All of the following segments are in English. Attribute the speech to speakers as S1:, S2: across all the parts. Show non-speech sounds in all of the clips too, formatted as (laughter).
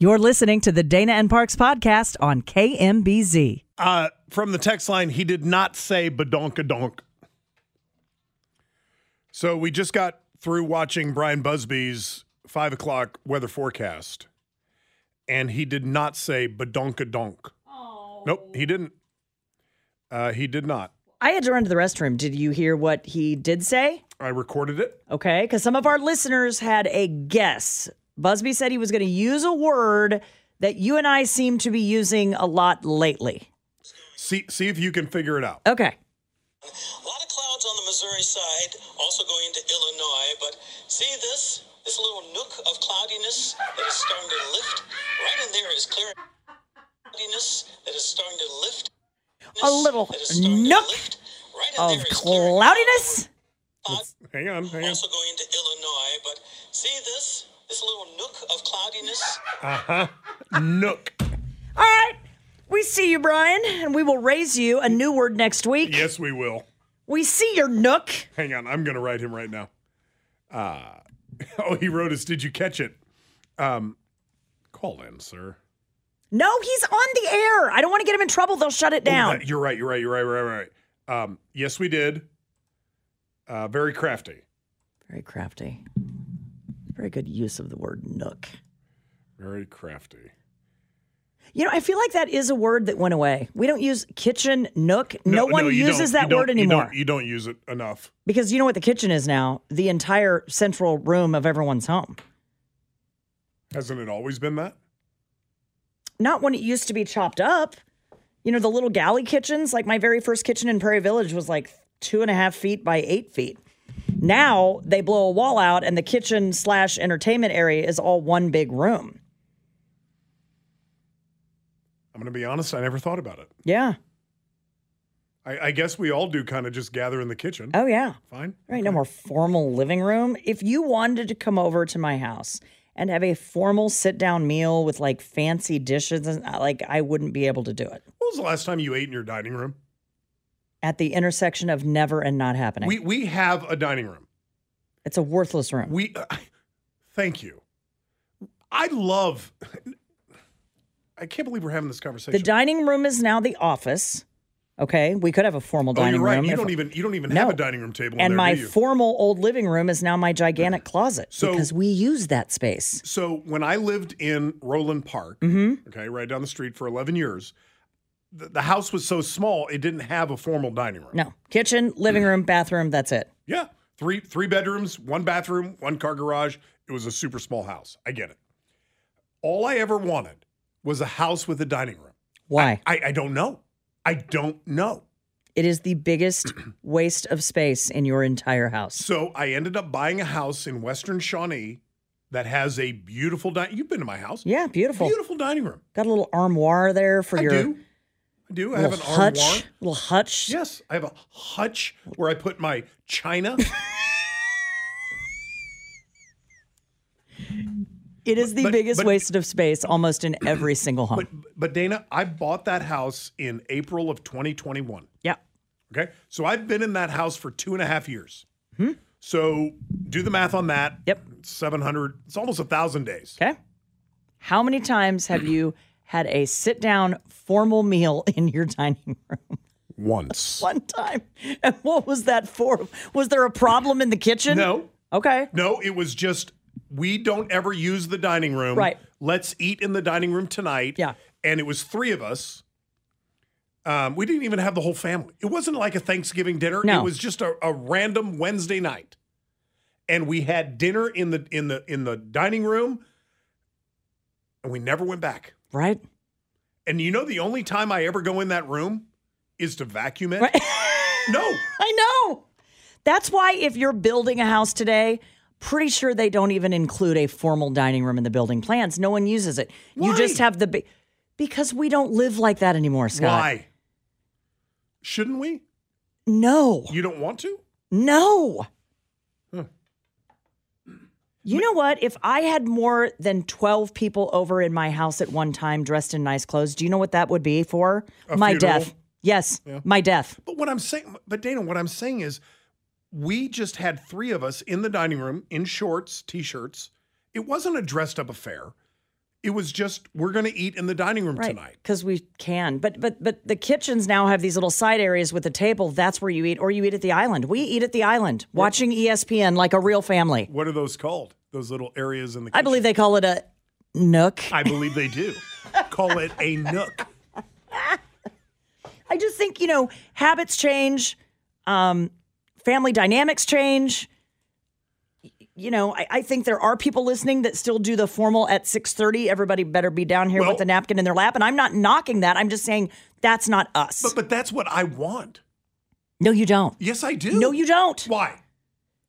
S1: You're listening to the Dana and Parks podcast on KMBZ.
S2: Uh, from the text line, he did not say badonkadonk. So we just got through watching Brian Busby's five o'clock weather forecast, and he did not say badonkadonk. Oh. Nope, he didn't. Uh, he did not.
S1: I had to run to the restroom. Did you hear what he did say?
S2: I recorded it.
S1: Okay, because some of our listeners had a guess. Busby said he was going to use a word that you and I seem to be using a lot lately.
S2: See, see if you can figure it out.
S1: Okay.
S3: A lot of clouds on the Missouri side, also going into Illinois, but see this? This little nook of cloudiness that is starting to lift? Right in there is clear cloudiness that is starting to lift.
S1: A little
S3: That is starting to
S1: nook
S3: lift. Right in
S1: of
S3: there is clear
S1: cloudiness.
S2: Hang on, hang on.
S3: Also going into Illinois, but see this? This little nook of cloudiness
S2: Uh-huh. Nook.
S1: All right. We see you, Brian, and we will raise you a new word next week.
S2: Yes, we will.
S1: We see your nook.
S2: Hang on, I'm gonna write him right now. Uh, (laughs) oh, he wrote us. Did you catch it? Um, call in, sir.
S1: No, he's on the air. I don't want to get him in trouble. They'll shut it
S2: Oh,
S1: down.
S2: that- you're right. You're right. You're right. Right. Right. Um, yes, we did. Uh, very crafty.
S1: Very crafty. Very good use of the word nook.
S2: Very crafty.
S1: You know, I feel like that is a word that went away. We don't use kitchen nook. No, one
S2: you
S1: uses
S2: don't- you
S1: that word
S2: don't- you don't-
S1: anymore
S2: You don't, use it enough.
S1: because you know what the kitchen is now? The entire central room of everyone's home.
S2: Hasn't it always been that?
S1: Not when it used to be chopped up. You know, the little galley kitchens, like my very first kitchen in Prairie Village was like two and a half feet by eight feet. Now they blow a wall out and the kitchen slash entertainment area is all one big room.
S2: I'm gonna be honest. I never thought about it.
S1: Yeah.
S2: I, I guess we all do kind of just gather in the kitchen.
S1: Oh, yeah.
S2: Fine.
S1: Right, no more formal living room. If you wanted to come over to my house and have a formal sit down meal with like fancy dishes, and like I wouldn't be able to do it
S2: When was the last time you ate in your dining room?
S1: at the intersection of never and not happening.
S2: We we have a dining room.
S1: it's a worthless room.
S2: We uh, thank you. I love. I can't believe we're having this conversation.
S1: the dining room is now the office. Okay, we could have a formal
S2: oh,
S1: dining
S2: you're right.
S1: room.
S2: you
S1: if-
S2: don't even you don't even
S1: No.
S2: have a dining room table. in
S1: and
S2: there,
S1: my
S2: do you?
S1: formal old living room is now my gigantic closet
S2: So-
S1: because we use that space. Mm-hmm.
S2: so when I lived in Roland Park, okay, right down the street for 11 years, the, the house was so small it didn't have a formal dining room.
S1: No, kitchen, living room, bathroom. That's it.
S2: Yeah, three three bedrooms, one bathroom, one car garage. It was a super small house. I get it. All I ever wanted was a house with a dining room.
S1: Why?
S2: I, I don't know. I don't know.
S1: It is the
S2: (clears throat)
S1: biggest waste of space in your entire house.
S2: So I ended up buying a house in Western Shawnee that has a beautiful dining. You've been to my house.
S1: Yeah, beautiful.
S2: Beautiful dining room.
S1: Got a little armoire there for
S2: I
S1: your
S2: do. I do. I have an
S1: little hutch.
S2: armoire.
S1: Little hutch.
S2: Yes, I have a hutch where I put my china.
S1: (laughs) It is the
S2: But-
S1: biggest
S2: but-
S1: waste of space almost in every single home.
S2: But but Dana, I bought that house in April of 2021.
S1: yeah.
S2: Okay. So I've been in that house for two and a half years. So do the math on that.
S1: Hmm. Yep.
S2: 700, it's almost a thousand days.
S1: Okay. How many times have you had a sit down formal meal in your dining room?
S2: Once.
S1: (laughs) One time. And what was that for? Was there a problem in the kitchen?
S2: No,
S1: Okay.
S2: no, it was just we don't ever use the dining room.
S1: Right.
S2: Let's eat in the dining room tonight.
S1: Yeah.
S2: And it was three of us. Um, we didn't even have the whole family. It wasn't like a Thanksgiving dinner.
S1: No.
S2: It was just a, a random Wednesday night. And we had dinner in the in the in the dining room. And we never went back.
S1: Right?
S2: And you know the only time I ever go in that room is to vacuum it.
S1: Right. (laughs)
S2: No.
S1: I know. That's why if you're building a house today, pretty sure they don't even include a formal dining room in the building plans. No one uses it. You
S2: Why?
S1: just have the big because we don't live like that anymore, Scott.
S2: Why? Shouldn't we?
S1: No.
S2: You don't want to?
S1: No.
S2: Huh.
S1: You know what? If I had more than 12 people over in my house at one time dressed in nice clothes, do you know what that would be for?
S2: A
S1: my
S2: funeral.
S1: death. Yes, my death.
S2: But what I'm saying, but Dana, what I'm saying is we just had three of us in the dining room in shorts, t shirts. It wasn't a dressed up affair. It was just, we're going to eat in the dining room tonight.
S1: Because we can. But but but the kitchens now have these little side areas with a table. That's where you eat, or you eat at the island. We eat at the island, watching E ESPN like a real family.
S2: What are those called? Those little areas in the kitchen?
S1: I believe they call it a nook.
S2: (laughs) I believe they do. Call it a nook.
S1: I just think you know habits change, um, family dynamics change. Y- You know, I, I think there are people listening that still do the formal at six thirty. Everybody better be down here
S2: Well-
S1: with a napkin in their lap, and I'm not knocking that. I'm just saying that's not us.
S2: But, but that's what I want.
S1: no, you don't.
S2: Yes, I do.
S1: No, you don't.
S2: Why?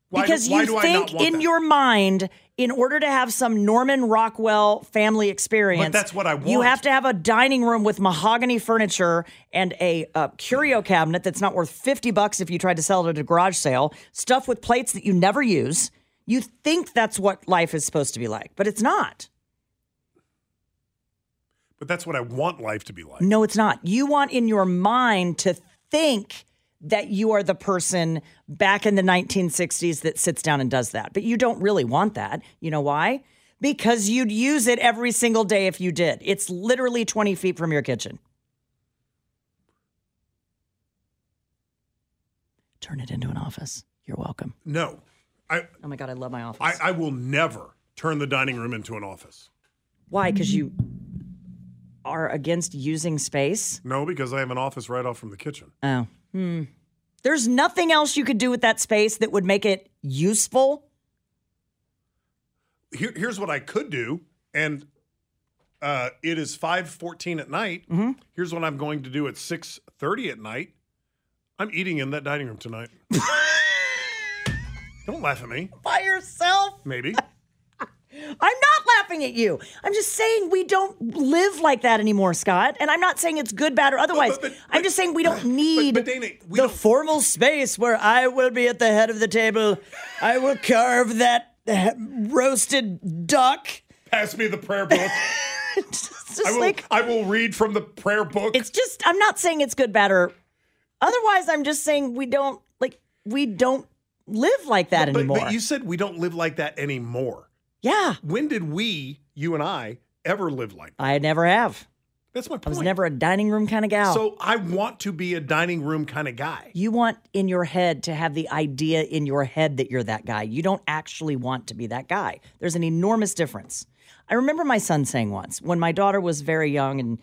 S2: Why do-
S1: because
S2: why
S1: you
S2: do I not
S1: think
S2: want
S1: in
S2: that?
S1: your mind, in order to have some Norman Rockwell family experience,
S2: that's what I
S1: You
S2: want.
S1: have to have a dining room with mahogany furniture and a uh, curio cabinet that's not worth fifty bucks if you tried to sell it at a garage sale. Stuff with plates that you never use. You think that's what life is supposed to be like, but it's not.
S2: But that's what I want life to be like.
S1: No, it's not. You want in your mind to think that you are the person back in the 1960s that sits down and does that, but you don't really want that. You know why? Because you'd use it every single day if you did. It's literally 20 feet from your kitchen. Turn it into an office. You're welcome.
S2: No. I,
S1: Oh my God, I love my office.
S2: I, I will never turn the dining room into an office.
S1: why? Because you are against using space?
S2: No, because I have an office right off from the kitchen.
S1: Oh. Hmm. There's nothing else you could do with that space that would make it useful.
S2: Here, here's what I could do, and uh, it is five fourteen at night.
S1: Mm-hmm.
S2: Here's what I'm going to do at six thirty at night. I'm eating in that dining
S1: (laughs)
S2: room tonight. Don't laugh at me.
S1: By yourself.
S2: Maybe
S1: I'm not laughing at you. I'm just saying we don't live like that anymore, Scott. And I'm not saying it's good, bad, or otherwise.
S2: but-
S1: I'm just saying we don't need
S2: but Dana, we
S1: the
S2: don't-
S1: formal space where I will be at the head of the table. I will carve that uh, roasted duck.
S2: pass me the prayer book.
S1: It's (laughs) just
S2: I will.
S1: like
S2: I will read from the prayer book.
S1: it's just i'm not saying it's good bad or otherwise i'm just saying we don't like we don't live like that
S2: but,
S1: anymore
S2: but you said we don't live like that anymore.
S1: yeah
S2: When did we, you and I, ever live like that?
S1: i never have
S2: That's my point.
S1: i was never a dining room kind of gal
S2: So I want to be a dining room kind of guy.
S1: you want in your head to have the idea in your head that you're that guy you don't actually want to be that guy there's an enormous difference i remember my son saying once when my daughter was very young and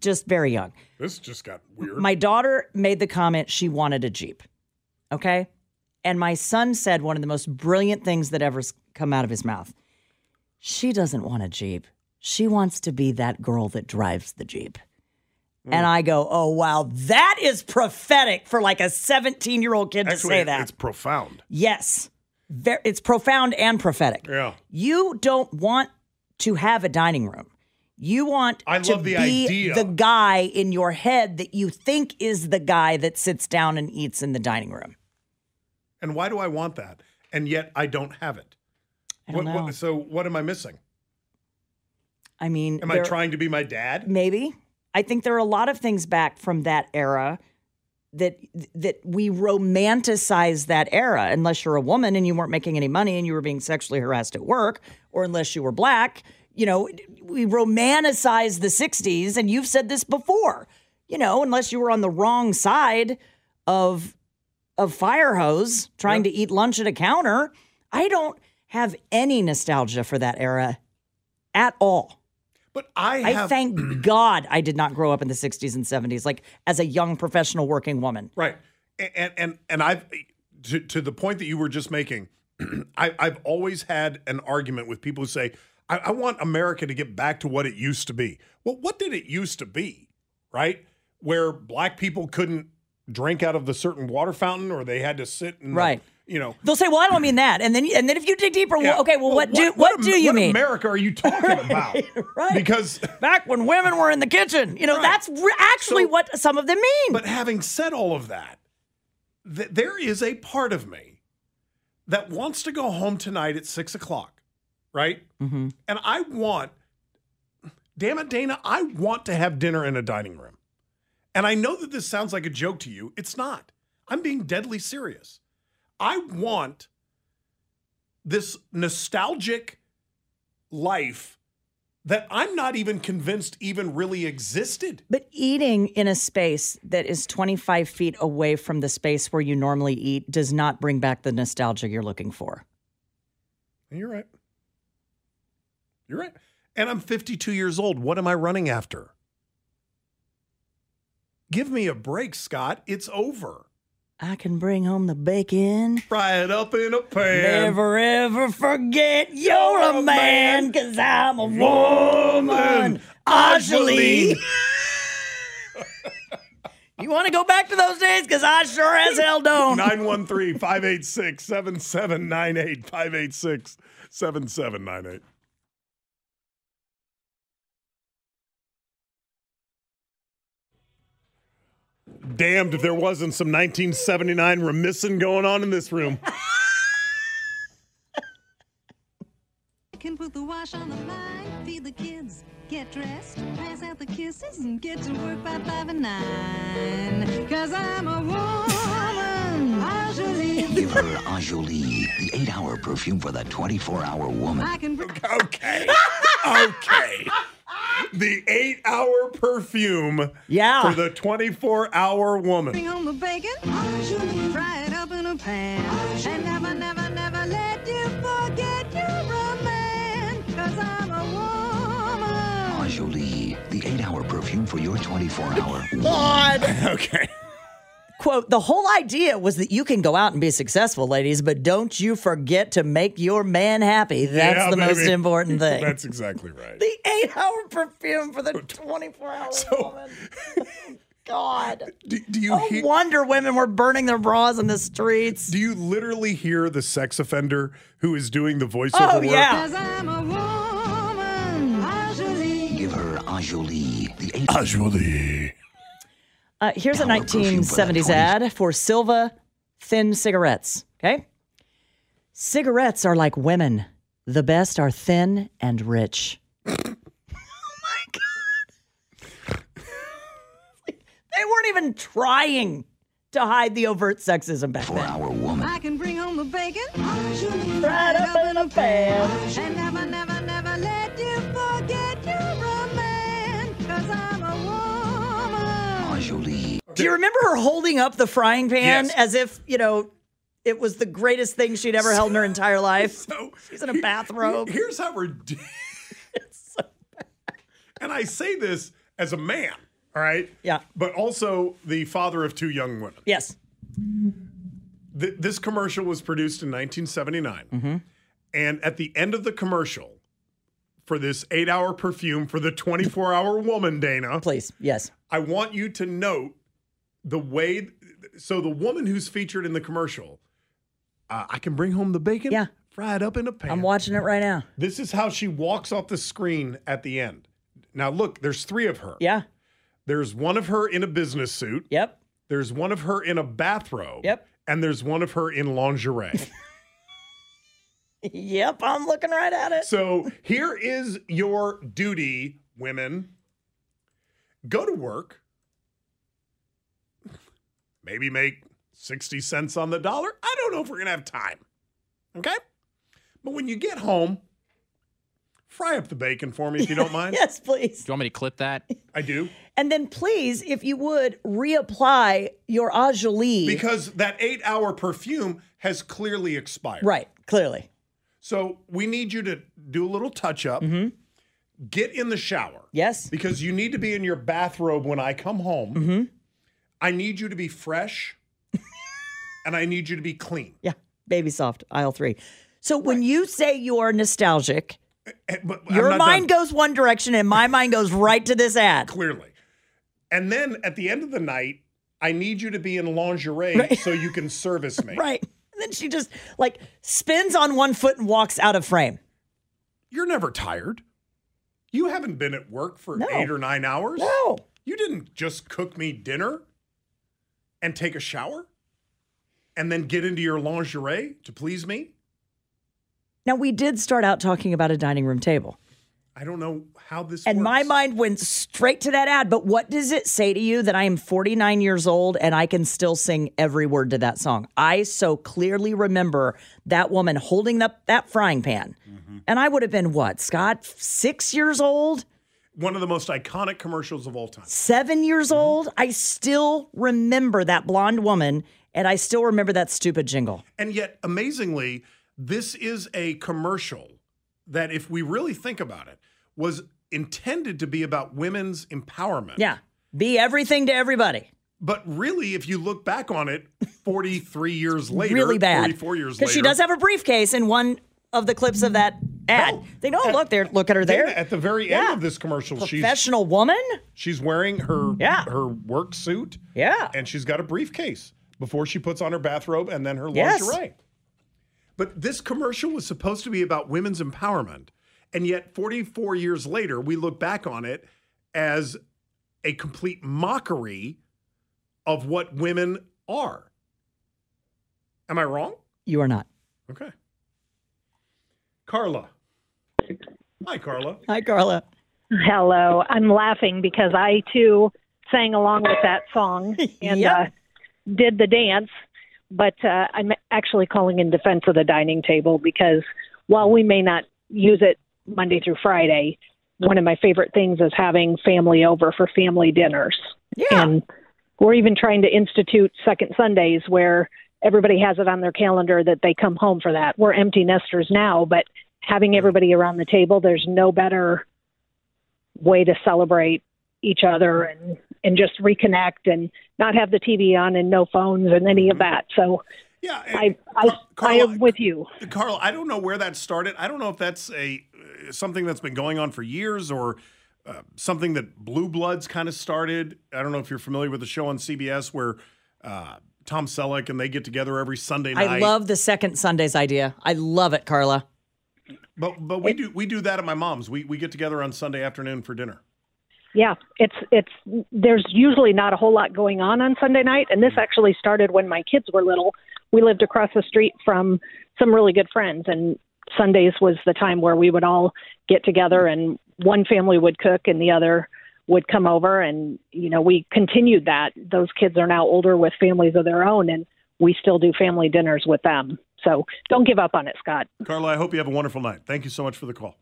S1: just very young
S2: This just got weird.
S1: My daughter made the comment she wanted a Jeep. Okay. And my son said one of the most brilliant things that ever's come out of his mouth. She doesn't want a Jeep. She wants to be that girl that drives the Jeep. And
S2: Hmm.
S1: I go, oh, wow, that is prophetic for like a 17 year old kid to
S2: Actually,
S1: say
S2: it-
S1: that.
S2: it's profound.
S1: Yes. Ver- it's profound and prophetic.
S2: Yeah.
S1: You don't want to have a dining room. You want
S2: I
S1: to
S2: love the
S1: be
S2: idea.
S1: the guy in your head that you think is the guy that sits down and eats in the dining room.
S2: And why do I want that? And yet I don't have it.
S1: I don't
S2: What-
S1: know.
S2: what- so what am I missing?
S1: I mean,
S2: Am I
S1: there-
S2: trying to be my dad?
S1: Maybe. I think there are a lot of things back from that era that that we romanticize that era unless you're a woman and you weren't making any money and you were being sexually harassed at work or unless you were black you know we romanticize the 60s and you've said this before you know unless you were on the wrong side of of fire hose trying to eat lunch at a counter i don't have any nostalgia for that era at all
S2: But I
S1: I
S2: have (clears throat)
S1: thank God I did not grow up in the 60s and 70s, like as a young professional working woman.
S2: Right. A- And and and I've to, to the point that you were just making, (clears throat) I, I've always had an argument with people who say, I, I want America to get back to what it used to be. Well, what did it used to be? Right? Where black people couldn't drink out of the certain water fountain or they had to sit in the-
S1: Right.
S2: you know.
S1: They'll say, "Well, I don't mean that," and then and then if you dig deeper, well,
S2: Yeah.
S1: okay, well, what, do what,
S2: Am-
S1: do you
S2: what
S1: mean?
S2: America are you talking about?
S1: (laughs) Right.
S2: Because
S1: Back when women were in the kitchen, you know, that's re- actually
S2: So-
S1: what some of them mean.
S2: But having said all of that, th- there is a part of me that wants to go home tonight at six o'clock, right? Mm-hmm. And I want, damn it, Dana, I want to have dinner in a dining room. And I know that this sounds like a joke to you. It's not. I'm being deadly serious. I want this nostalgic life that I'm not even convinced even really existed.
S1: But eating in a space that is 25 feet away from the space where you normally eat does not bring back the nostalgia you're looking for.
S2: You're right. You're right. And I'm 52 years old. What am I running after? Give me a break, Scott. It's over.
S1: I can bring home the bacon.
S2: Fry it up in a pan.
S1: Never ever forget you're a man, cause I'm a woman. Actually. you want to go back to those days? Cause I sure as hell don't.
S2: 913 586 7798 586 7798. Damned if there wasn't some 1979 remissing going on in this room.
S4: Can put the wash on the line, feed the kids, get dressed, pass out the kisses, and get to work by five and nine. Cause I'm a woman. Ah, I shall leave.
S5: Give her Anjoli, the eight hour perfume for the 24 hour woman.
S4: I can bring
S2: Okay. Okay. The eight hour perfume
S1: Yeah.
S2: for the 24 hour woman.
S4: home the bacon. I shall leave. Fry it up in a pan.
S2: Ah,
S4: And never, never, never let you forget you're a man. Cause I'm a woman.
S5: Anjoli, the eight hour perfume for your 24 hour woman.
S2: (laughs) Okay.
S1: Quote, the whole idea was that you can go out and be successful, ladies, but don't you forget to make your man happy. That's
S2: Yeah,
S1: the most
S2: baby. (laughs)
S1: important thing.
S2: That's exactly right.
S1: the eight hour
S6: (laughs)
S1: perfume for the 24 hour woman. God.
S2: Do, do you
S1: No
S2: hear?
S1: wonder women were burning their bras in the streets.
S2: Do you literally hear the sex offender who is doing the voiceover
S1: Oh,
S2: work?
S1: yeah.
S4: Cause I'm a woman. Ah, I shall leave.
S5: Give her Anjoli, the eight
S2: Casually.
S1: Uh, here's a
S5: Power perfume for the
S1: 1970s
S5: 20s.
S1: ad for Silva Thin Cigarettes. Okay. Cigarettes are like women. The best are thin and rich. oh my God. (laughs) they weren't even trying to hide the overt sexism back then.
S5: hour woman.
S4: I can bring home the bacon. Right up in a pan. And never, never, never let you forget you're a man. Cause I'm a woman.
S5: Anjoli,
S1: Do you remember her holding up the frying pan
S2: Yes.
S1: as if, you know, it was the greatest thing she'd ever held in her entire life?
S2: (laughs) So
S1: She's in a bathrobe.
S2: Here's how ridiculous. and I say this as a man, all right?
S1: Yeah.
S2: But also the father of two young women.
S1: Yes.
S2: Th- this commercial was produced in 1979. And at the end of the commercial for this eight hour perfume for the 24 hour woman, Dana,
S1: Please. Yes.
S2: I want you to note the way. So the woman who's featured in the commercial, uh, I can bring home the bacon,
S1: Yeah.
S2: fry it up in a pan.
S1: I'm watching it right now.
S2: this is how she walks off the screen at the end. Now, look, there's three of her.
S1: Yeah.
S2: There's one of her in a business suit.
S1: Yep.
S2: There's one of her in a bathrobe.
S1: Yep. (laughs)
S2: And there's one of her in lingerie.
S1: (laughs) Yep, I'm looking right at it.
S2: So here is your duty, women. Go to work. Maybe make 60 cents on the dollar. I don't know if we're going to have time. Okay? But when you get home, fry up the bacon for me if
S1: (laughs)
S2: you don't mind.
S1: Yes, please.
S7: you want me to clip that?
S2: I do.
S1: And then please, if you would, reapply your Ajali.
S2: Because that eight hour perfume has clearly expired.
S1: right, clearly.
S2: So we need you to do a little touch up. Get in the shower.
S1: Mm-hmm. Yes. Mm-hmm.
S2: Because you need to be in your bathrobe when I come home. I need you to
S1: (laughs)
S2: be fresh and I need you to be clean.
S1: Yeah. Baby soft, aisle three. So when you say you are nostalgic,
S2: Eh, But I'm
S1: your
S2: not
S1: mind
S2: done,
S1: goes one direction and my mind goes right to this ad.
S2: clearly. And then at the end of the night, I need you to be in lingerie so you can service me.
S1: (laughs) Right. And then she just like spins on one foot and walks out of frame.
S2: You're never tired. You haven't been at work for
S1: No.
S2: eight or nine hours.
S1: No.
S2: You didn't just cook me dinner and take a shower and then get into your lingerie to please me.
S1: Now we did start out talking about a dining room table.
S2: I don't know how this
S1: And
S2: works.
S1: my mind went straight to that ad. But what does it say to you that I am 49 years old and I can still sing every word to that song? I so clearly remember that woman holding up that frying pan.
S2: Mm-hmm.
S1: And I would have been what, Scott? Six years old?
S2: one of the most iconic commercials of all time.
S1: Seven years
S2: Mm-hmm.
S1: old? I still remember that blonde woman and I still remember that stupid jingle.
S2: And yet, amazingly, this is a commercial that, if we really think about it, was intended to be about women's empowerment.
S1: Yeah. Be everything to everybody.
S2: But really, if you look back on it 43 years later,
S1: really bad.
S2: 44 years later.
S1: Because she does have a briefcase in one of the clips of that ad.
S2: Oh.
S1: they know, look, there, look at her
S2: Dana,
S1: there.
S2: at the very end
S1: Yeah.
S2: of this commercial, she's
S1: professional woman?
S2: She's wearing her
S1: Yeah.
S2: her work suit.
S1: Yeah.
S2: And she's got a briefcase before she puts on her bathrobe and then her
S1: Yes.
S2: lingerie. But this commercial was supposed to be about women's empowerment. And yet 44 years later, we look back on it as a complete mockery of what women are. Am I wrong?
S1: You are not.
S2: Okay. Carla. Hi, Carla.
S1: Hi, Carla.
S8: Hello. I'm laughing because I too sang along with that
S1: (laughs)
S8: song and
S1: Yep.
S8: uh, did the dance. But uh, I'm actually calling in defense of the dining table because while we may not use it Monday through Friday, one of my favorite things is having family over for family dinners.
S1: Yeah.
S8: And we're even trying to institute second Sundays where everybody has it on their calendar that they come home for that. We're empty nesters now, but having everybody around the table, there's no better way to celebrate each other and and just reconnect and not have the TV on and no phones and any of that. So
S2: Mm-hmm. Yeah. and
S8: I I,
S2: Car- Carla,
S8: I am with you.
S2: Carl, I don't know where that started. I don't know if that's a uh, something that's been going on for years or uh, something that Blue Bloods kind of started. I don't know if you're familiar with the show on CBS where uh, Tom Selleck and they get together every Sunday night.
S1: I love the second Sundays idea. I love it, Carla.
S2: but but we do we do that at my mom's. We we get together on Sunday afternoon for dinner.
S8: Yeah, it's it's there's usually not a whole lot going on on Sunday night, and this actually started when my kids were little. We lived across the street from some really good friends, and Sundays was the time where we would all get together, and one family would cook, and the other would come over, and you know we continued that. Those kids are now older with families of their own, and we still do family dinners with them. So don't give up on it, Scott.
S2: Carla, I hope you have a wonderful night. Thank you so much for the call.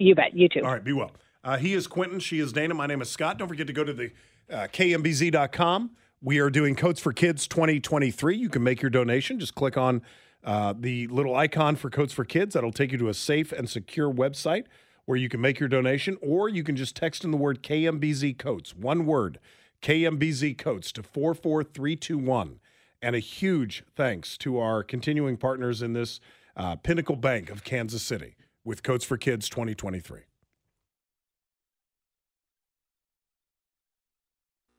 S8: You bet. You too.
S2: All right, be well. Uh, he is Quentin. She is Dana. My name is Scott. Don't forget to go to the uh, KMBZ.com. We are doing Coats for Kids 2023. You can make your donation. Just click on uh, the little icon for Coats for Kids. That'll take you to a safe and secure website where you can make your donation, or you can just text in the word KMBZ Coats, one word, KMBZ Coats to 44321. And a huge thanks to our continuing partners in this uh, Pinnacle Bank of Kansas City with Coats for Kids 2023.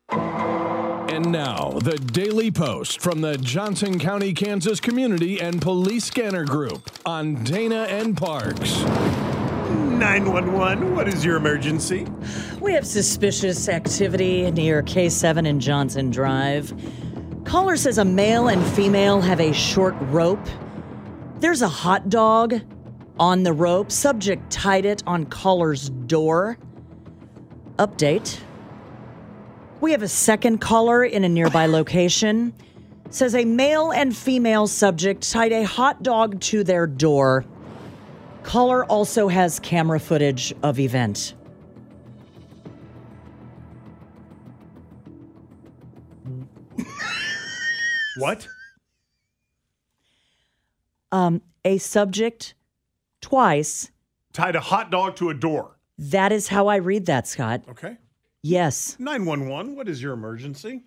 S6: And now, the Daily Post from the Johnson County, Kansas Community and Police Scanner Group on Dana and Parks.
S2: 911, what is your emergency?
S1: We have suspicious activity near K7 and Johnson Drive. Caller says a male and female have a short rope There's a hot dog on the rope. Subject tied it on caller's door. Update. We have a second caller in a nearby location. Says a male and female subject tied a hot dog to their door. Caller also has camera footage of event.
S2: What?
S1: Um, a subject twice.
S2: Tied a hot dog to a door.
S1: That is how I read that, Scott.
S2: Okay.
S1: Yes.
S2: 911, what is your emergency?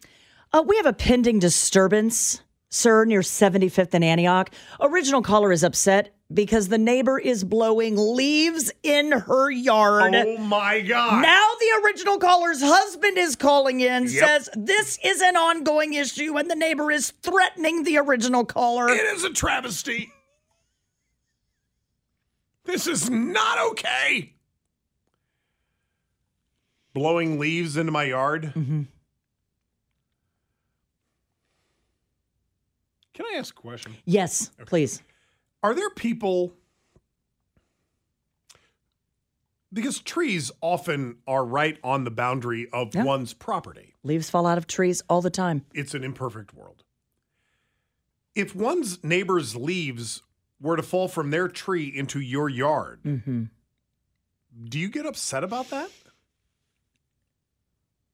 S1: Uh, we have a pending disturbance, sir, near 75th and Antioch. Original caller is upset because the neighbor is blowing leaves in her yard.
S2: Oh my God.
S1: Now the original caller's husband is calling in,
S2: Yep.
S1: says this is an ongoing issue, and the neighbor is threatening the original caller.
S2: It is a travesty. This is not okay. Blowing leaves into my yard.
S1: Mm-hmm.
S2: Can I ask a question?
S1: Yes, please.
S2: Are there people? Because trees often are right on the boundary of
S1: Yeah.
S2: one's property.
S1: Leaves fall out of trees all the time.
S2: it's an imperfect world. If one's neighbor's leaves were to fall from their tree into your yard,
S1: Mm-hmm.
S2: do you get upset about that?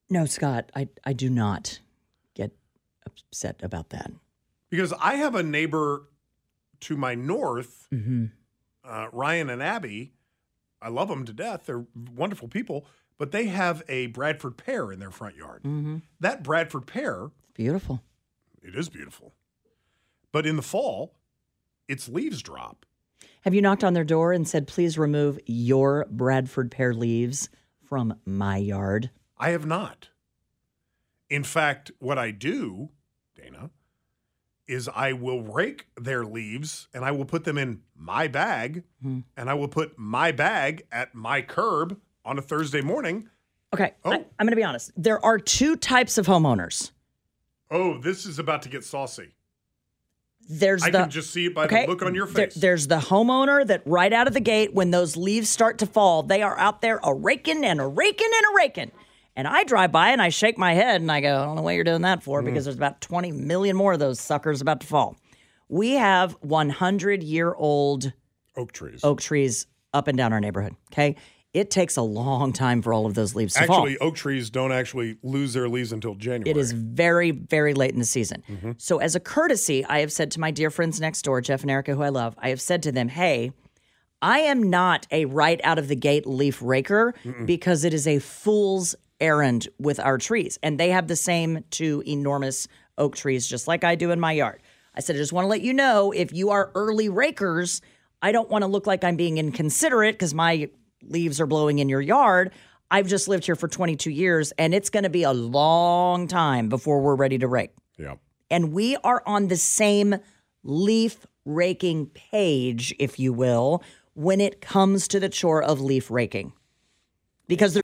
S1: No, Scott, I, I do not get upset about that.
S2: Because I have a neighbor to my north,
S1: Mm-hmm.
S2: uh, Ryan and Abby. I love them to death. They're wonderful people, but they have a Bradford pear in their front yard. That Bradford pear,
S1: Mm-hmm. Beautiful.
S2: it is beautiful. But in the fall, its leaves drop.
S1: Have you knocked on their door and said, please remove your Bradford pear leaves from my yard?
S2: I have not. In fact, what I do, Dana, is I will rake their leaves and I will put them in my bag
S1: Hmm.
S2: and I will put my bag at my curb on a Thursday morning.
S1: Okay,
S2: Oh.
S1: I, am going to be honest. There are two types of homeowners.
S2: Oh, this is about to get saucy.
S1: There's
S2: I
S1: the
S2: can just see it by
S1: okay,
S2: the look on your
S1: there-
S2: face.
S1: there's the homeowner that right out of the gate, when those leaves start to fall, they are out there a raking and a raking and a raking. And I drive by and I shake my head and I go, I don't know what you're doing that
S2: Mm.
S1: for because there's about 20 million more of those suckers about to fall. We have 100 year old
S2: Oak trees.
S1: oak trees up and down our neighborhood. Okay. It takes a long time for all of those leaves to fall.
S2: Actually, oak trees don't actually lose their leaves until January.
S1: It is very, very late in the season. So, as a courtesy, I have said to my dear friends next door, Jeff and Erica, who I love, I have said to them, hey, I am not a right out of the gate leaf raker because it is a fool's errand with our trees. And they have the same two enormous oak trees, just like I do in my yard. I said, I just want to let you know if you are early rakers, I don't want to look like I'm being inconsiderate because my leaves are blowing in your yard. I've just lived here for 22 years and it's going to be a long time before we're ready to rake.
S2: Yeah.
S1: And we are on the same leaf raking page, if you will, when it comes to the chore of leaf raking. Because
S2: (sighs)
S1: there-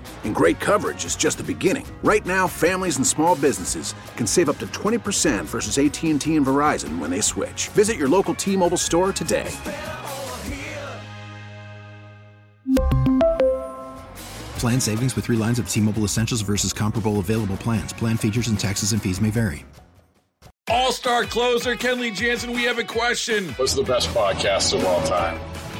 S9: And great coverage is just the beginning. Right now, families and small businesses can save up to 20% versus AT&T and Verizon when they switch. Visit your local T-Mobile store today.
S10: Plan savings with three lines of T Mobile Essentials versus comparable available plans. Plan features and taxes and fees may vary.
S7: All star closer Kenley Jansen, we have a question. What's the best podcast of all time?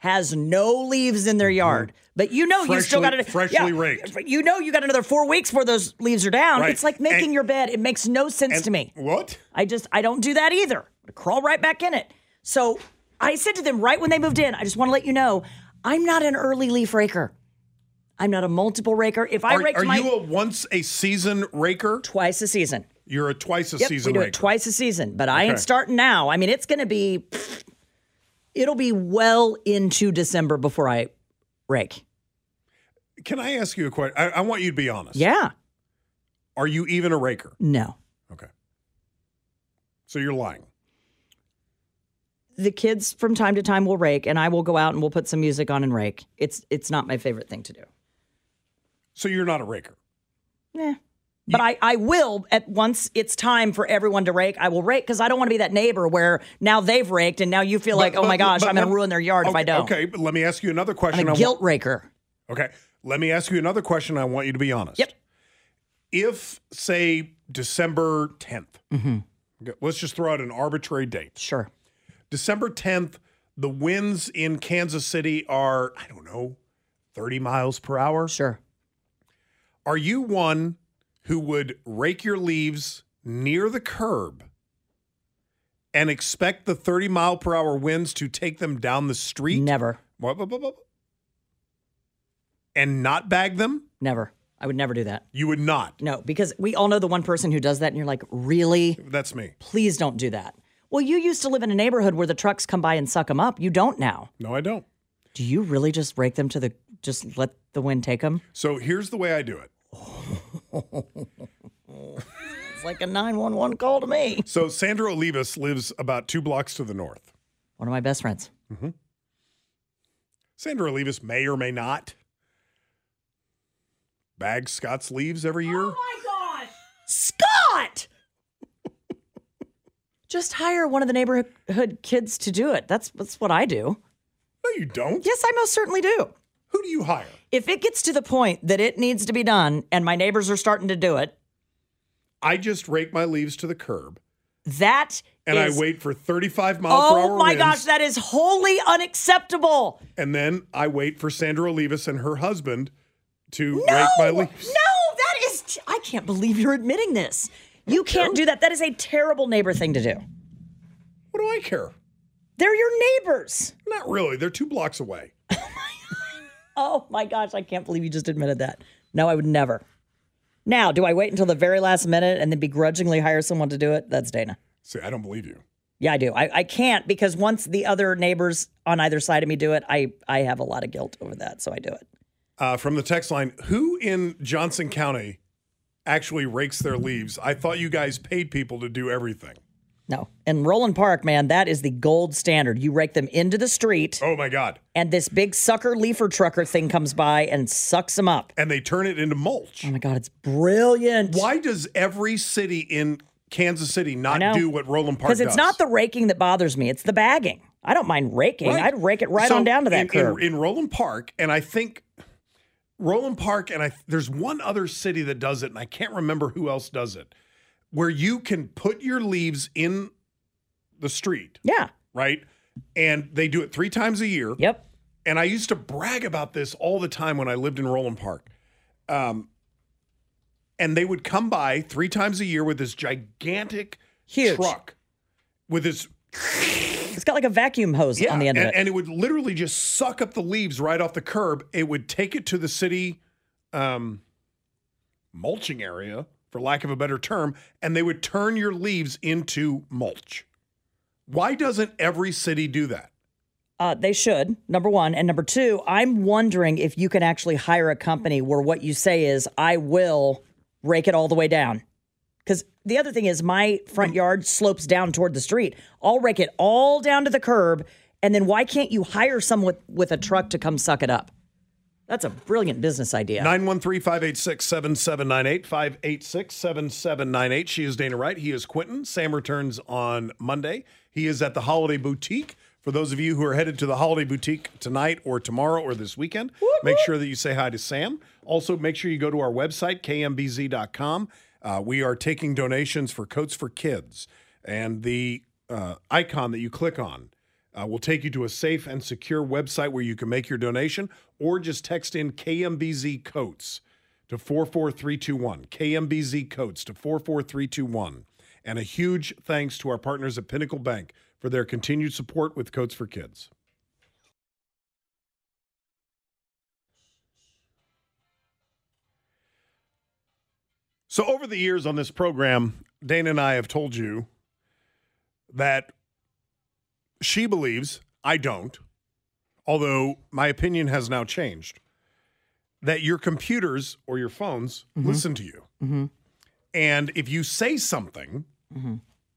S1: has no leaves in their yard, but you know you still got
S2: Mm-hmm. Freshly-
S1: to
S2: freshly raked.
S1: You know you got another four weeks before those leaves are down.
S2: Right.
S1: It's like making
S2: And-
S1: your bed. It makes no sense
S2: And-
S1: to me.
S2: What?
S1: I just I don't do that either. I crawl right back in it. So I said to them right when they moved in, I just want to let you know, I'm not an early leaf raker. I'm not a multiple raker. If I
S2: are
S1: raked
S2: are
S1: my
S2: you a once a season raker?
S1: twice a season.
S2: You're a twice a
S1: Yep,
S2: season
S1: we do
S2: raker.
S1: it twice a season, but I ain't
S2: Okay.
S1: starting now. I mean, it's going to be, pfft, it'll be well into December before I rake.
S2: Can I ask you a question? I, I want you to be honest.
S1: Yeah,
S2: Are you even a raker?
S1: no.
S2: Okay. So you're lying.
S1: The kids from time to time will rake, and I will go out and we'll put some music on and rake. It's it's not my favorite thing to do.
S2: So you're not a raker.
S1: Yeah. But I, I will at once it's time for everyone to rake. I will rake because I don't want to be that neighbor where now they've raked and now you feel like,
S2: But-
S1: oh my
S2: but-
S1: gosh,
S2: but
S1: I'm going
S2: let-
S1: to ruin their yard if
S2: okay,
S1: I don't.
S2: Okay, but let me ask you another question.
S1: I'm
S2: I
S1: a
S2: wa-
S1: guilt raker.
S2: Okay. Let me ask you another question. I want you to be honest.
S1: Yep.
S2: If, say, December 10th, okay, let's just throw out an arbitrary date.
S1: Mm-hmm. Sure.
S2: December 10th, the winds in Kansas City are, I don't know, 30 miles per hour.
S1: Sure.
S2: Are you one who would rake your leaves near the curb and expect the 30 mile per hour winds to take them down the street?
S1: Never.
S2: Wha- wha- wha- wha- And not bag them?
S1: Never. I would never do that.
S2: You would not.
S1: No, because we all know the one person who does that, and you're like, really?
S2: That's me.
S1: Please don't do that. Well, you used to live in a neighborhood where the trucks come by and suck them up. You don't now.
S2: No, I don't.
S1: Do you really just rake them to the, just let the wind take them?
S2: So here's the way I do it.
S1: (laughs) It's like a 911 call to me.
S2: So Sandra Olivas lives about two blocks to the north. Mm-hmm.
S1: One of my best friends.
S2: Sandra Olivas may or may not bag Scott's leaves every year.
S1: Scott! (laughs) Just hire one of the neighborhood kids to do it. That's that's what I do.
S2: No, you don't.
S1: Yes, I most certainly do.
S2: Who do you hire?
S1: If it gets to the point that it needs to be done and my neighbors are starting to do it,
S2: I just rake my leaves to the curb
S1: that
S2: and
S1: is-
S2: I wait for 35 mile per hour
S1: Oh my
S2: winds,
S1: gosh, that is wholly unacceptable.
S2: and then I wait for Sandra Olivas and her husband to
S1: No,
S2: rake my
S1: no,
S2: leaves.
S1: that is. I can't believe you're admitting this. You can't do that. That is a terrible neighbor thing to do.
S2: What do I care?
S1: They're your neighbors.
S2: Not really. They're two blocks away.
S1: Oh my gosh, I can't believe you just admitted that. No, I would never. Now, do I wait until the very last minute and then begrudgingly hire someone to do it? That's Dana.
S2: See, I don't believe you.
S1: Yeah, I do. I, I can't because once the other neighbors on either side of me do it, I, I have a lot of guilt over that. So I do it.
S2: Uh, from the text line, who in Johnson County actually rakes their leaves? I thought you guys paid people to do everything.
S1: No. In Roland Park, man, that is the gold standard. You rake them into the street.
S2: Oh my God.
S1: and this big sucker leafer trucker thing comes by and sucks them up.
S2: And they turn it into mulch.
S1: Oh my god, it's brilliant.
S2: Why does every city in Kansas City
S1: I
S2: not
S1: know.
S2: do what Roland Park
S1: Because
S2: does?
S1: it's not the raking that bothers me; it's the bagging. I don't mind raking.
S2: Right.
S1: I'd rake it right
S2: So
S1: on down to that
S2: in,
S1: curb.
S2: In, in Roland Park, and I think Roland Park, and I there's one other city that does it, and I can't remember who else does it, where you can put your leaves in the street,
S1: yeah.
S2: right? And they do it three times a year.
S1: Yep.
S2: and I used to brag about this all the time when I lived in Roland Park. Um, and they would come by three times a year with this gigantic
S1: Huge.
S2: truck with this
S1: It's got like a vacuum hose on the end
S2: and,
S1: of it.
S2: and it would literally just suck up the leaves right off the curb. It would take it to the city um, mulching area, for lack of a better term, and they would turn your leaves into mulch. Why doesn't every city do that?
S1: uh, they should number one and number two. I'm wondering if you can actually hire a company where what you say is, "I will rake it all the way down. Because the other thing is, my front yard slopes down toward the street. I'll rake it all down to the curb. And then why can't you hire someone with a truck to come suck it up? That's a brilliant business idea.
S2: 913 586 7798. 586 7798. She is Dana Wright. He is Quentin. Sam returns on Monday. He is at the Holiday Boutique. For those of you who are headed to the Holiday Boutique tonight or tomorrow or this weekend, make sure that you say hi to Sam. Also, make sure you go to our website, kmbz.com. Uh, we are taking donations for Coats for Kids. And the uh, icon that you click on uh, will take you to a safe and secure website where you can make your donation or just text in KMBZ Coats to 44321. KMBZ Coats to 44321. And a huge thanks to our partners at Pinnacle Bank for their continued support with Coats for Kids. So, over the years on this program, Dana and I have told you that she believes, I don't, although my opinion has now changed, that your computers or your phones listen to you. And if you say something,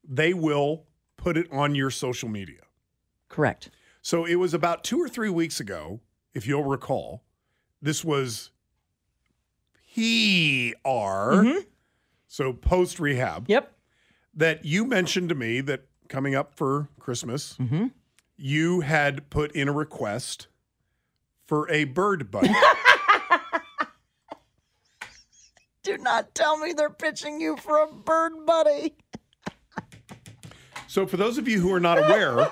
S2: they will put it on your social media.
S1: Correct.
S2: So it was about two or three weeks ago, if you'll recall. This was PR, so post rehab.
S1: Mm-hmm. Yep.
S2: That you mentioned to me that coming up for Christmas,
S1: Mm-hmm.
S2: you had put in a request for a
S1: (laughs)
S2: bird buddy.
S1: Do not tell me they're pitching you for a bird buddy.
S2: so for those of you who are not aware,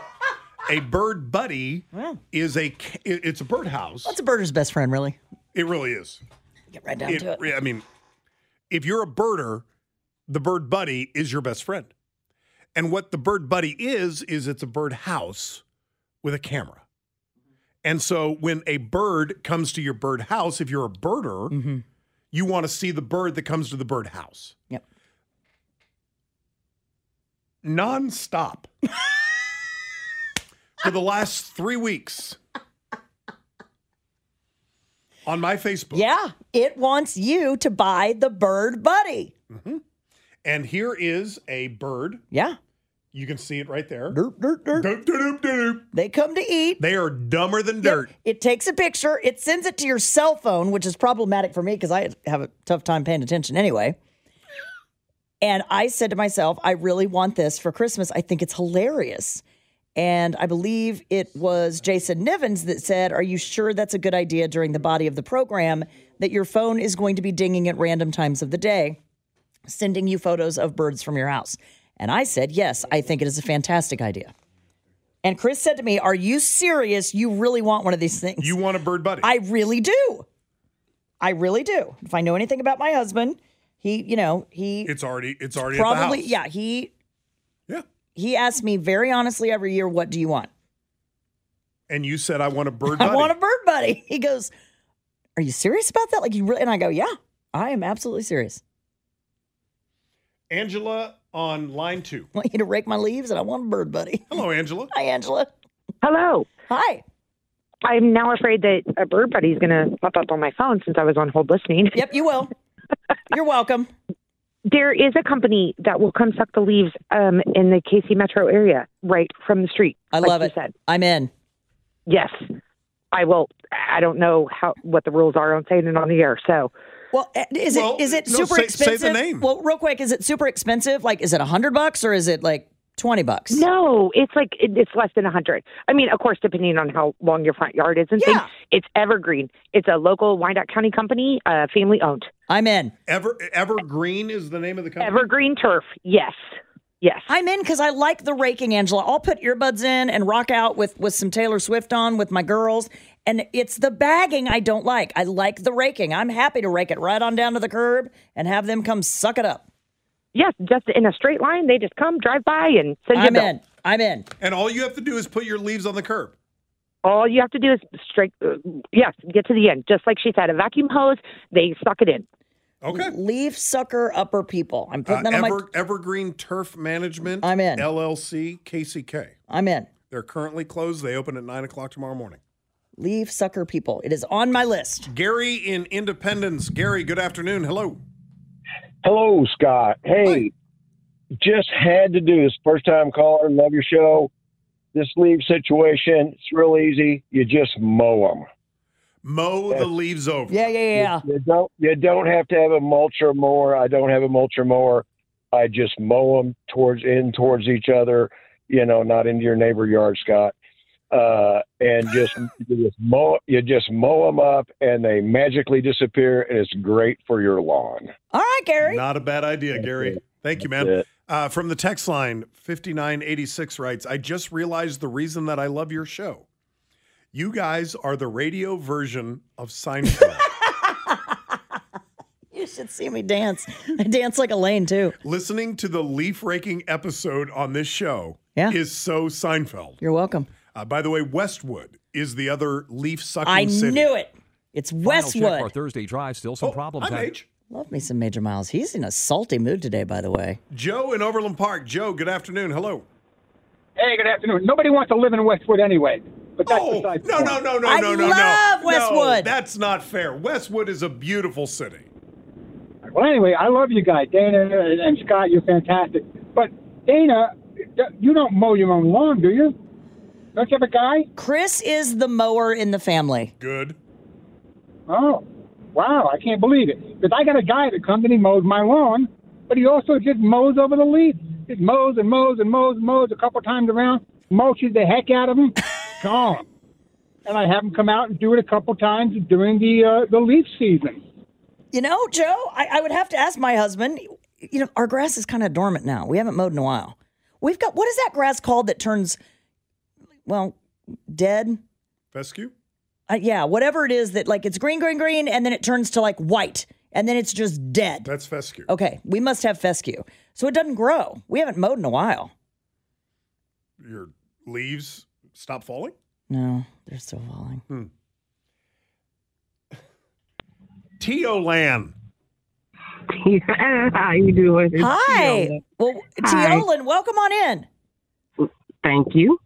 S2: a bird buddy
S1: Well,
S2: is a ca- it- it's a birdhouse.
S1: that's a birder's best friend, really.
S2: It really is.
S1: Get right down
S2: It,
S1: to it.
S2: I mean, if you're a birder, the bird buddy is your best friend. And what the bird buddy is, is it's a bird house with a camera. And so when a bird comes to your bird house, if you're a birder,
S1: Mm-hmm.
S2: you want to see the bird that comes to the bird house.
S1: Yep. (laughs)
S2: Nonstop. For the last three weeks on my Facebook.
S1: Yeah, it wants you to buy the bird buddy.
S2: Mm-hmm. And here is a bird.
S1: Yeah.
S2: You can see it right there.
S1: Derp, derp, derp.
S2: Doop, doop, doop, doop.
S1: They come to eat.
S2: They are dumber than dirt.
S1: It takes a picture. It sends it to your cell phone, which is problematic for me because I have a tough time paying attention anyway. And I said to myself, I really want this for Christmas. I think it's hilarious. And I believe it was Jason Nivens that said, Are you sure that's a good idea during the body of the program that your phone is going to be dinging at random times of the day, sending you photos of birds from your house? And I said, Yes, I think it is a fantastic idea. And Chris said to me, Are you serious? You really want one of these things?
S2: You want a bird buddy.
S1: I really do. I really do. If I know anything about my husband, he, you know, he
S2: it's already it's already at the
S1: probably
S2: house.
S1: yeah, he
S2: Yeah.
S1: he asked me very honestly every year, what do you want?
S2: And you said I
S1: (laughs)
S2: want a bird buddy.
S1: I want a bird buddy. He goes, Are you serious about that? Like you really and I go, Yeah, I am absolutely serious.
S2: Angela on line 2.
S1: I want you to rake my leaves and I want a bird buddy.
S2: Hello Angela.
S1: (laughs) Hi, Angela.
S11: Hello.
S1: Hi.
S11: I'm now afraid that a bird buddy is going to pop up on my phone since I was on hold listening.
S1: Yep, you
S11: (laughs)
S1: will. You're welcome.
S11: There is a company that will come suck the leaves um, in the KC metro area, right from the street.
S1: I
S11: like
S1: love
S11: you
S1: it.
S11: Said.
S1: I'm in.
S11: Yes, I will. I don't know how what the rules are on saying it on the air. So
S1: Well, eh, is
S2: Well,
S1: it is it
S2: no,
S1: super
S2: say- say the
S1: expensive?
S2: name.
S1: Well, real quick, is it super expensive? Like, is it a hundred bucks or is it like twenty bucks?
S11: no, it's like it, it's less than a hundred. I mean, of course, depending on how long your front yard is and
S1: Yeah.
S11: things. It's evergreen. It's a local Wyandotte County company, uh, family owned.
S1: I'm in.
S2: Ever Evergreen is the name of the company.
S11: Evergreen turf. Yes, yes.
S1: I'm in because I like the raking, Angela. I'll put earbuds in and rock out with with some Taylor Swift on with my girls. And it's the bagging I don't like. I like the raking. I'm happy to rake it right on down to the curb and have them come suck it up.
S11: Yes, just in a straight line. They just come, drive by, and send you a
S1: I'm
S11: bill.
S1: in. I'm in.
S2: and all you have to do is put your leaves on the curb.
S11: All you have to do is straight, uh, yes, get to the end. Just like she said, a vacuum hose, they suck it in.
S2: Okay.
S1: Leaf sucker upper people. I'm
S2: Uh,
S1: putting that on my.
S2: Ever, Evergreen Turf Management
S1: I'm in.
S2: LLC KCK.
S1: I'm in.
S2: They're currently closed. They open at nine o'clock tomorrow morning.
S1: Leaf sucker people. It is on my list.
S2: Gary in Independence. Gary, good afternoon. Hello.
S12: Hello, Scott. Hey, just had to do this. First time caller. Love your show. This leave situation, it's real easy. You just mow them.
S2: Mow the leaves over.
S1: Yeah, yeah, yeah.
S12: You, don't. You don't have to have a mulcher mower. I don't have a mulcher mower. I just mow them towards in towards each other. You know, not into your neighbor yard, Scott. Uh, and just you just mow you just mow them up, and they magically disappear, and it's great for your lawn.
S1: All right, Gary.
S2: Not a bad idea, Gary. Thank you, man. Uh, from the text line, 5986 writes I just realized the reason that I love your show. You guys are the radio version
S1: (laughs)
S2: of Seinfeld.
S1: You should see me dance. I dance like a lane too.
S2: Listening to the leaf raking episode on this show
S1: Yeah.
S2: is so Seinfeld.
S1: You're welcome.
S2: Uh, by the way, Westwood is the other leaf sucking
S1: I
S2: city.
S1: knew it. It's
S13: Final check
S1: Westwood.
S13: Our Thursday drive still some problems.
S2: Oh, I'm
S13: out-
S2: H.
S1: Love me some Major Miles. He's in a salty mood today, by the way.
S2: Joe in Overland Park. Joe, good afternoon. Hello.
S14: Hey, good afternoon. Nobody wants to live in Westwood anyway. But that's
S2: Oh,
S14: besides
S2: no,
S14: the
S2: no,
S14: point.
S2: no, no,
S14: I
S2: no, no,
S14: love
S2: no. No,
S14: Westwood.
S2: that's not fair. Westwood is a beautiful city.
S14: Well, anyway, I love you guys, Dana and and Scott. You're fantastic. But Dana, you don't mow your own lawn, do you? Don't you have a guy?
S1: Chris is the mower in the family.
S2: Good.
S14: Oh, wow! I can't believe it. Because I got a guy that comes and he mows my lawn, but he also just mows over the leaves. Just mows and mows and mows and mows a couple times around, mulches the heck out of them, gone. And I have him come out and do it a couple times during the uh, the leaf season.
S1: You know, Joe, I, I would have to ask my husband. You know, our grass is kind of dormant now. We haven't mowed in a while. We've got what is that grass called that turns, well, dead?
S2: Fescue?
S1: Uh, yeah, whatever it is that like it's green, green, green, and then it turns to like white, and then it's just dead.
S2: That's fescue.
S1: Okay, we must have fescue, so it doesn't grow. We haven't mowed in a while.
S2: Your leaves stop falling?
S1: No, they're still falling.
S2: Hmm. (laughs) Tio Lan.
S15: (laughs) How you doing? It's
S1: Hi.
S15: Fiona.
S1: Well,
S15: Hi.
S1: Teolin, welcome on in.
S15: Thank you.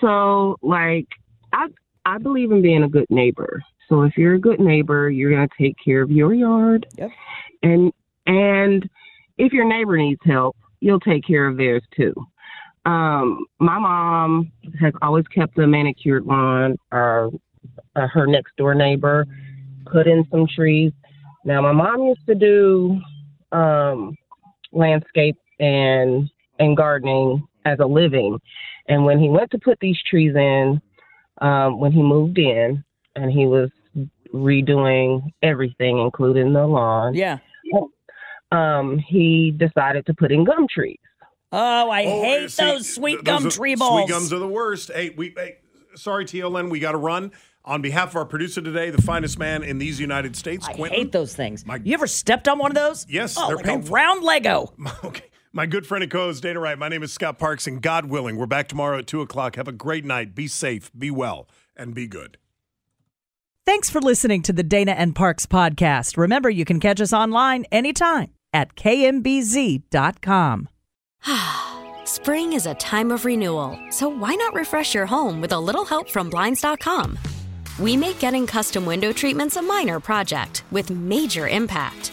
S15: So, like, I I believe in being a good neighbor. So if you're a good neighbor, you're gonna take care of your yard.
S1: Yep.
S15: And and if your neighbor needs help, you'll take care of theirs too. Um, my mom has always kept a manicured lawn. Our uh, her next door neighbor put in some trees. Now my mom used to do um, landscape and and gardening as a living. And when he went to put these trees in, um, when he moved in, and he was redoing everything, including the lawn.
S1: Yeah.
S15: Um, he decided to put in gum trees.
S1: Oh, I
S2: Oh,
S1: hate
S2: see,
S1: those sweet
S2: th-
S1: gum
S2: are-
S1: tree balls.
S2: Sweet gums are the worst. Hey, we hey, sorry, Tio Lan, we got to run. On behalf of our producer today, the finest man in these United States, I Quentin.
S1: hate those things. you ever stepped on one of those?
S2: Yes,
S1: oh,
S2: they're
S1: like
S2: painful.
S1: a round
S2: (laughs)
S1: Lego.
S2: My good friend and co-host, Data Right. My name is Scott Parks, and God willing, we're back tomorrow at two o'clock. Have a great night. Be safe. Be well, and be good.
S16: Thanks for listening to the Dana and Parks podcast. Remember, you can catch us online anytime at kmbz.com.
S17: Spring is a time of renewal, so why not refresh your home with a little help from Blinds.com? We make getting custom window treatments a minor project with major impact.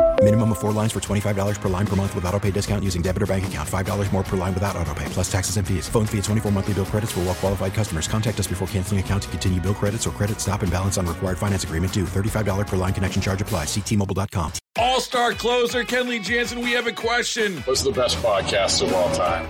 S18: Minimum of four lines for $25 per line per month with auto pay discount using debit or bank account. $5 more per line without auto pay, plus taxes and fees. Phone fee at 24 monthly bill credits for all well qualified customers. Contact us before canceling account to continue bill credits or credit stop and balance on required finance agreement due. $35 per line connection charge apply. Ctmobile.com.
S7: All star closer Kenley Jansen, we have a question. What's the best podcast of all time?